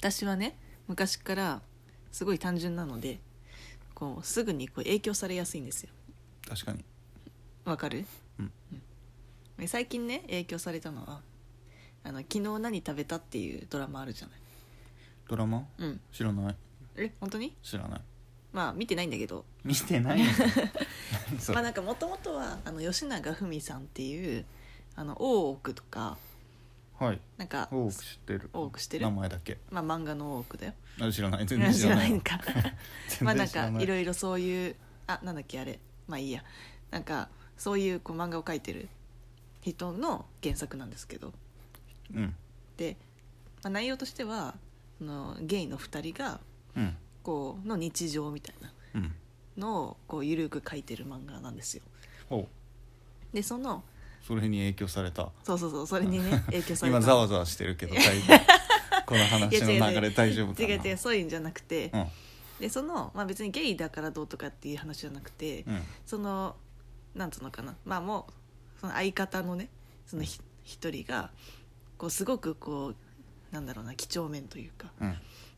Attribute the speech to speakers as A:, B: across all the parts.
A: 私はね昔からすごい単純なのでこうすぐにこう影響されやすいんですよ
B: 確かに
A: わかる、
B: うん
A: うん最近ね影響されたのはあの「昨日何食べた?」っていうドラマあるじゃない
B: ドラマ
A: うん
B: 知らない
A: え本当に
B: 知らない
A: まあ見てないんだけど
B: 見 てないの何そ
A: まあ
B: れ
A: なんかもともとはあの吉永文さんっていうあの大奥とか
B: はい
A: なんか
B: 多く知ってる
A: 多く知ってる
B: 名前だ け
A: まあ漫画の大奥だよ
B: あ知らない全然知らない
A: のかまあな
B: 全
A: ん
B: 然知ら
A: か
B: ない
A: いろいろそういうあなんだっけあれまあいいやなんかそういうこう漫画を描いてる人の原作なんですけど
B: うん
A: で、まあ、内容としてはそのゲイの2人が
B: うん
A: こうの日常みたいな
B: うん
A: のをこう緩く描いてる漫画なんですよ
B: ほう
A: でその
B: それに影響された
A: そうそうそうそれに ね影響された
B: 今ざわざわしてるけど大丈夫この話
A: いや
B: の流れ大丈夫かな
A: 違う違うそういうんじゃなくて、
B: うん
A: でその、まあ、別にゲイだからどうとかっていう話じゃなくて、
B: うん
A: そのなんつうのかなまあもうその相方のねそのひ一人がこうすごくこうなんだろうな几帳面というか
B: うん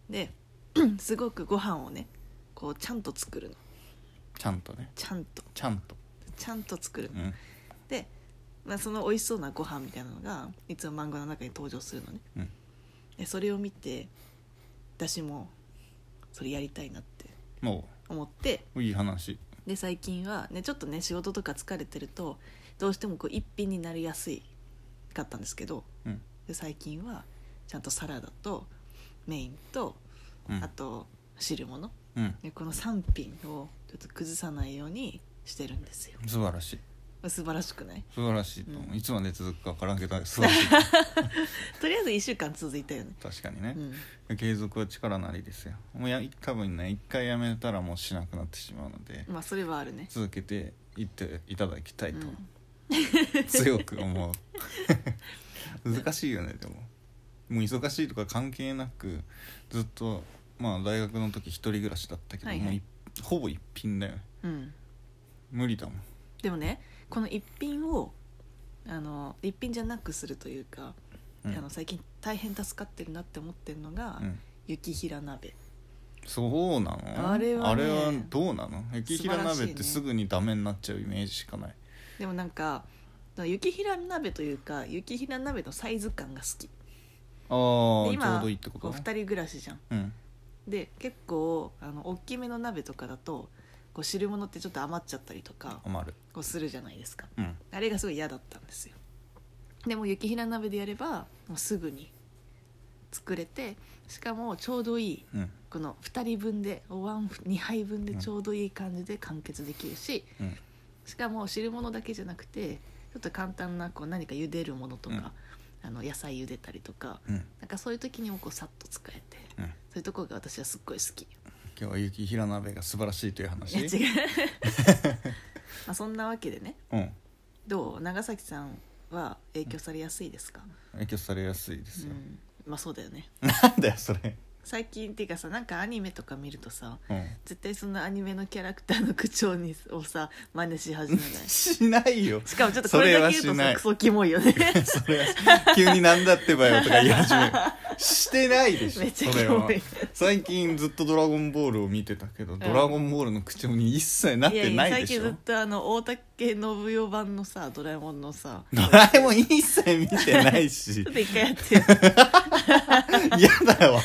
A: で すごくご飯をねこうちゃんと作るの
B: ちゃんとね
A: ちゃんと
B: ちゃんと
A: ちゃんと作る
B: う
A: の、
B: ん
A: で、まあ、その美味しそうなご飯みたいなのがいつも漫画の中に登場するのね
B: うん
A: でそれを見て私もそれやりたいなって
B: も
A: 思って
B: ういい話
A: で最近はねちょっとね仕事とか疲れてるとどうしてもこう一品になりやすいかったんですけど
B: うん
A: で最近はちゃんとサラダとメインと
B: うん
A: あと汁物
B: うん
A: でこの3品をちょっと崩さないようにしてるんですよ
B: 素晴らしい
A: 素晴らしくない
B: 素晴らしいと思う、
A: うん
B: いつまで続くか分からんけ ど素晴らしい確
A: とりあえず1週間続いたよね
B: かにね
A: う、ん
B: 継続は力なりですよもうや多分ね一回やめたらもうしなくなってしまうので、
A: まあそれはあるね
B: 続けていっていただきたいと
A: うん
B: 強 く思う 難しいよねでももう忙しいとか関係なくずっとまあ大学の時一人暮らしだったけど、
A: はいはい
B: もういほぼ一品だよね
A: うん
B: 無理だもん
A: でもねこの一品をあの一品じゃなくするというか、
B: うん
A: あの最近大変助かってるなって思ってるのが、
B: うん
A: 雪平鍋
B: そうなの
A: あれはね
B: あれはどうなの雪平
A: 素晴ら
B: 鍋
A: し
B: っ
A: い
B: て
A: ね
B: すぐにダメになっちゃうイメージしかない
A: でもなんか雪平鍋というか雪平鍋のサイズ感が好き
B: ああ
A: で
B: ーちょ
A: 今
B: うどいいってこと
A: こう二人暮らしじゃん
B: うん
A: で結構あの大きめの鍋とかだとこう汁物ってちょっと余っちゃったりとか
B: 余る
A: こうするじゃないですか
B: うん
A: あれがすごい嫌だったんですよでも雪平鍋でやればもうすぐに作れてしかもちょうどいい
B: うん
A: この2人分でお椀2杯分でちょうどいい感じで完結できるし、
B: うん
A: しかも汁物だけじゃなくてちょっと簡単なこう何か茹でるものとか、あの野菜茹でたりとか
B: うん
A: なんかそういう時にもこうさっと使えて
B: うん
A: そういうところが私はすっごい好き
B: 今日は雪平鍋が素晴らしいという話
A: いや違う まあそんなわけでね
B: うん
A: どう長崎さんは影響されやすいですか、
B: 影響されやすいです
A: う
B: よ、
A: ん、まあそうだよね
B: なんだよそれ
A: 最近っていうかさなんかアニメとか見るとさ
B: うん
A: 絶対そのアニメのキャラクターの口調にをさ真似し始めない
B: しないよ
A: しかもちょっとこれだけ言う
B: それ
A: とさ
B: はしない
A: クソキモいよね
B: それは急になんだってばよとか言い 始めるしてないでしょ
A: めっちゃ
B: それは
A: キモい
B: 最近ずっと「ドラゴンボール」を見てたけど「ドラゴンボール」の口調に一切なっ
A: いや
B: て
A: い
B: な
A: や最
B: いでし
A: 近
B: ょ
A: ずっとあの大竹信代版のさドラえもんのさ
B: ドラえもん一切見てない
A: ち
B: し
A: ょっと一回やってよ
B: 嫌 だよ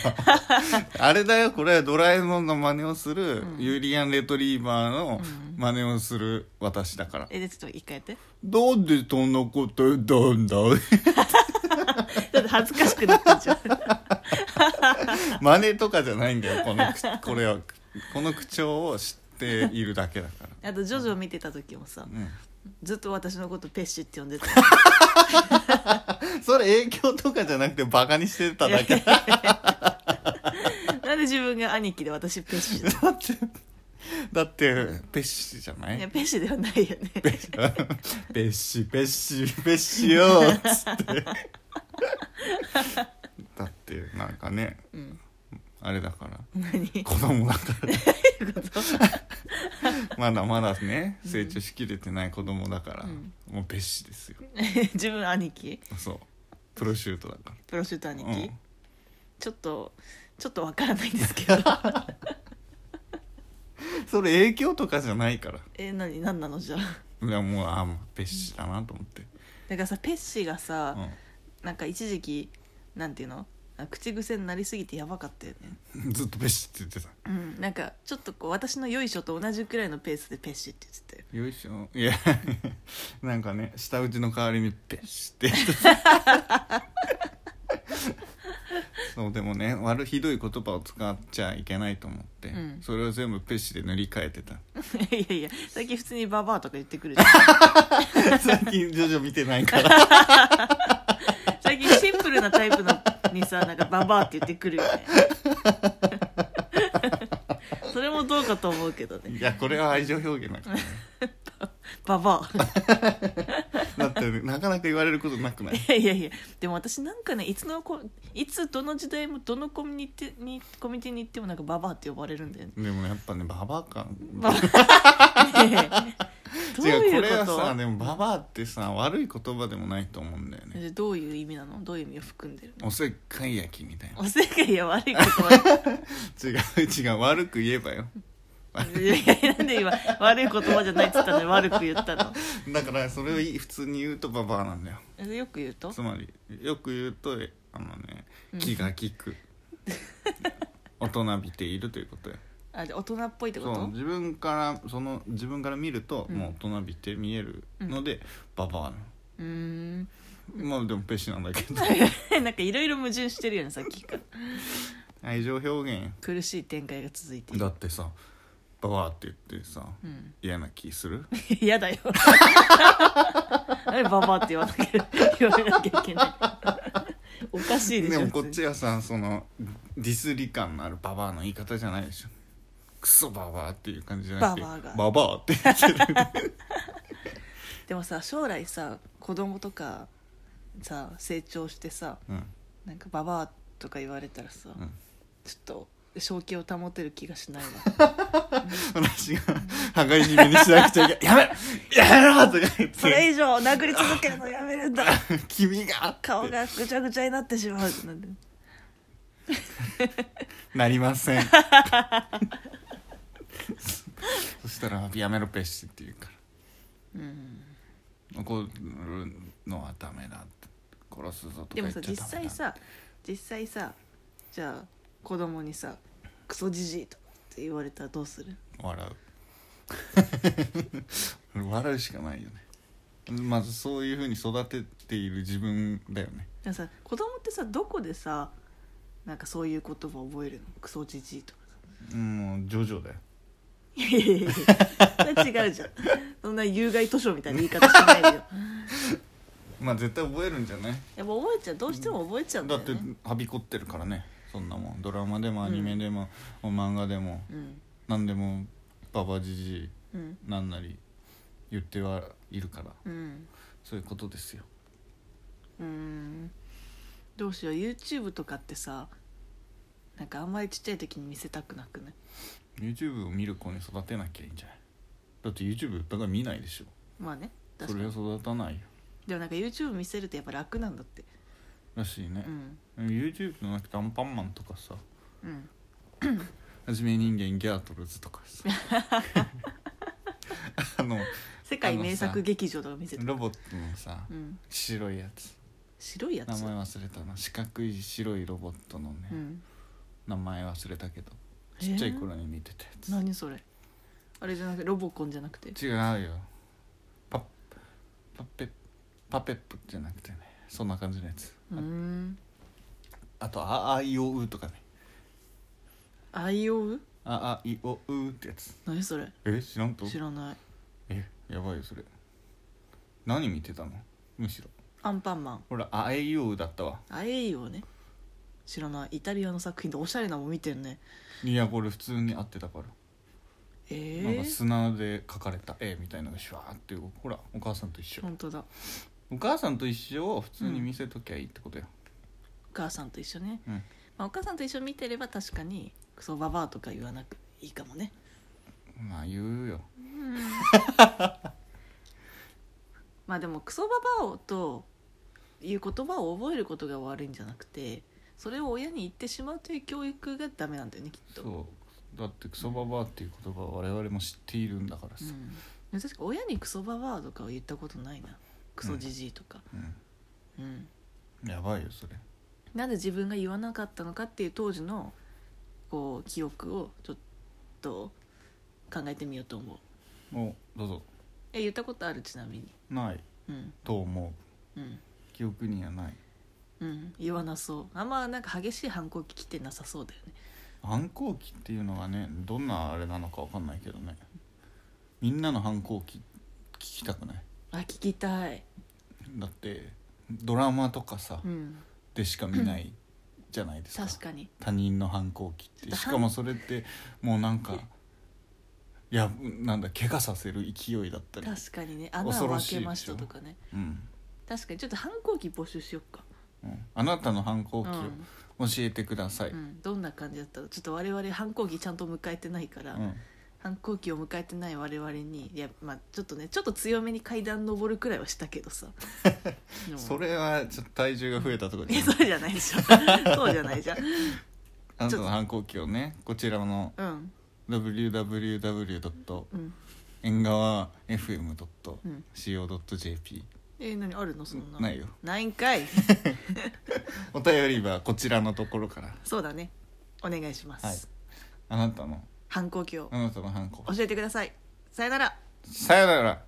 B: あれだよこれはドラえもんの真似をする、
A: うん
B: ユーリアン・レトリーバーの
A: うん
B: 真似をする私だから、
A: えでちょっと一回やって
B: どうでそんなこと言ったんだ い
A: だって恥ずかしくなってん じゃん
B: 真似とかじゃないんだよこの口これはこの口調を知っているだけだから
A: あとジョジョ見てた時もさ
B: う
A: ずっと私のことペッシュって呼んでた
B: ん、それ影響とかじゃなくてバカにしてただ けだ
A: なんで自分が兄貴で私ペッシュ
B: ってだってペッシじゃないい
A: やペッシュではないよね
B: ペッシペッシペッシペッシよっつって だってなんかね
A: うん
B: あれだから
A: 何
B: 子供だから
A: いうこと
B: まだまだね成長しきれてない子供だから、
A: うん
B: もうペッシですよ
A: 自分兄貴
B: そうプロシュートだか
A: プロシュート兄
B: ら
A: 貴、ちょっとちょっとわからないんですけど
B: それ影響とかじゃないから
A: え何何なのじゃあ
B: いやもうあもう別紙だなと思って、
A: だからさペッシーがさ
B: う、ん
A: なんか一時期なんていうの口癖になりすぎてやばかったよね、
B: ずっと別紙って言ってた
A: うん、なんかちょっとこう私のよいしょと同じくらいのペースでペッシーって言ってたよ
B: よいしょいや なんかね舌打ちの代わりにペシってそうでもね悪ひどい言葉を使っちゃいけないと思って、
A: うん
B: それを全部ペシで塗り替えてた
A: いやいや最近普通にババアとか言ってくるじゃん
B: 最近徐々見てないから
A: 最近シンプルなタイプのにさなんかババアって言ってくるよね それもどうかと思うけどね
B: いやこれは愛情表現だからね
A: ババア
B: だって、なかなか言われることなくない
A: いやいやいやでも私なんかねいつのこいつどの時代もどのコミュニティにコミュニティに行ってもなんかババアって呼ばれるんだよね
B: でもやっぱねババア感
A: ババアね えどう
B: 違うこ
A: い
B: れ
A: う
B: は
A: こ
B: さ
A: と
B: でもババアってさ悪い言葉でもないと思うんだよね
A: じゃあどういう意味なのどういう意味を含んでるの
B: おせっかい焼きみたいな
A: おせっかいや悪いことは
B: 違う違う悪く言えばよ
A: いやいやなんで今悪い言葉じゃないっつったのに悪く言ったの
B: だからそれをい普通に言うとババアなんだよ
A: えよく言うと
B: つまりよく言うとえあのね
A: うん
B: 気が 利く、大人びているということよ
A: あで大人っぽいってこ
B: そう
A: と
B: 自分からその自分から見ると、
A: うん
B: もう大人びて見えるので、ババアな
A: うーん
B: のまあでもペシなんだけど
A: なんかいろいろ矛盾してるよねさっきから
B: 愛情表現よ
A: 苦しい展開が続いてい
B: だ
A: る
B: ってさババアって言ってさ
A: うん
B: 嫌な気する
A: 嫌だよ あれババアって言わなきゃ言われなきゃいけないおかしいでし
B: で
A: ょ
B: もこっ
A: 別
B: ち
A: に
B: はさそのディスり感のあるババアの言い方じゃないでしょクソババアっていう感じじゃなくて
A: ババアが
B: ババアって言ってる
A: でもさ将来さ子供とかさ成長してさ
B: うん
A: なんかババアとか言われたらさ、
B: うん
A: ちょっと正気を保てる気がし ないわ
B: 私が羽交い締めにしなくちゃいけない「やめやめろ!」とか言っ
A: それ
B: て
A: 以上殴り続けるのやめるん だ
B: 「君が!」って
A: 顔がぐちゃぐちゃになってしまうってなんで
B: なりません そしたら「やめろペッシ」って言うか
A: うん
B: ら怒るのはダメだって殺すぞとか
A: で
B: 言
A: も
B: っち
A: さ
B: ゃダメ
A: 実際
B: だ
A: さ実際さじゃあ子供にさ「クソじじい」とかって言われたらどうする
B: 笑う 笑うしかないよねまずそういうふうに育てている自分だよね
A: でもさ子供ってさどこでさなんかそういう言葉を覚えるのクソじじいとかさ
B: うんもうジョジョだよ
A: いやいやいやいやそれ違うじゃんそんな有害図書みたいな言い方しないでよ
B: まあ絶対覚えるんじゃない
A: やっぱ覚えちゃうどうしても覚えちゃうんだ
B: だ
A: よ、
B: っ
A: ね、
B: てはびこってるからねそんなもんドラマでもアニメでも、漫画でも
A: うん
B: 何でもババじじい
A: うん
B: なんなり言ってはいるから
A: うん
B: そういうことですよ
A: うーんどうしよう YouTube とかってさなんかあんまりちっちゃい時に見せたくなくない
B: YouTube を見る子に育てなきゃいいんじゃないだって YouTube だから見ないでしょ
A: まあね
B: そ
A: 確か
B: れは
A: に
B: 育たないよ
A: でもなんか YouTube 見せるとやっぱ楽なんだって
B: らしいね
A: う、ん
B: YouTube じゃなくてアンパンマンとかさ
A: うん
B: 「はじめ人間ギャートルズ」とかさ あの
A: 世界名作劇場とか見せて
B: ロボットのさ
A: うん
B: 白いやつ
A: 白いや
B: 名
A: つ
B: 前忘れたな四角い白いロボットのね、
A: うん
B: 名前忘れたけど
A: えー
B: ちっちゃい頃に見てたやつ、
A: 何それあれじゃなくてロボコンじゃなくて
B: 違うよパッパッペパペップじゃなくてねそんな感じのやつ、
A: うーん
B: あと「ああいうう」とかね
A: あいう
B: 「ああいうう」ってやつ
A: 何それ
B: え知らんと
A: 知らない
B: えやばいよそれ何見てたのむしろ
A: アンパンマン
B: ほら「あえいうう」だったわ
A: あえいよね知らないイタリアの作品でおしゃれなもん見てるね
B: いやこれ普通に合ってたから、
A: え
B: なんか
A: ー、
B: 砂で描かれた絵みたいなのがシュワーって動くほらお母さんと一緒、
A: 本当だ
B: お母さんと一緒を普通に見せときゃいいってことよ、
A: お母さんと一緒ね、
B: うん
A: まあ、お母さんと一緒に見てれば確かにクソババアとか言わなくいいかもね
B: まあ言うよ
A: まあでもクソババアという言葉を覚えることが悪いんじゃなくてそれを親に言ってしまうという教育がダメなんだよねきっと
B: そうだってクソババアっていう言葉は我々も知っているんだからさ、
A: ん、でも確か親にクソババアとかは言ったことないなクソじじいとか、
B: うん
A: うん、
B: やばいよそれ
A: なぜ自分が言わなかったのかっていう当時のこう記憶をちょっと考えてみようと思う
B: おどうぞ
A: え言ったことあるちなみに
B: ない
A: うん
B: と思
A: うん
B: う記憶にはない
A: うん言わなそうあんまなんか激しい反抗期来てなさそうだよね
B: 反抗期っていうのがねどんなあれなのかわかんないけどねみんなの反抗期聞きたくない
A: あ聞きたい
B: だってドラマとかさ、
A: うん
B: でしか見ないじゃないですか
A: 確かに
B: 他人の反抗期っ
A: ちょってと
B: しかもそれってもうなんかいやなんだ怪我させる勢いだったり、
A: 確かにね穴を開けましたとかね
B: うん
A: 確かにちょっと反抗期募集しよっか
B: うん、あなたの反抗
A: う
B: 期
A: ん
B: を教えてください、
A: う
B: うん
A: ん、どんな感じだったのちょっと我々反抗期ちゃんと迎えてないから、反抗期を迎えてない我々にいやまあちょっとねちょっと強めに階段登るくらいはしたけど さでも
B: それはちょっと体重が増えたとか
A: い
B: じ
A: や
B: ゃない
A: それじゃないで しょそうじゃないじゃん
B: あなたの反抗期をねこちらの
A: うん
B: www.
A: うん
B: 縁側 FM.co.jp、
A: うん
B: co.jp
A: えー、何あるのそんな
B: ないよ
A: ないん かい
B: お便りはこちらのところから
A: そうだねお願いします、
B: はいあなたの
A: 反抗期を
B: あなたの反抗
A: 教えてくださいさよなら
B: 期さよなら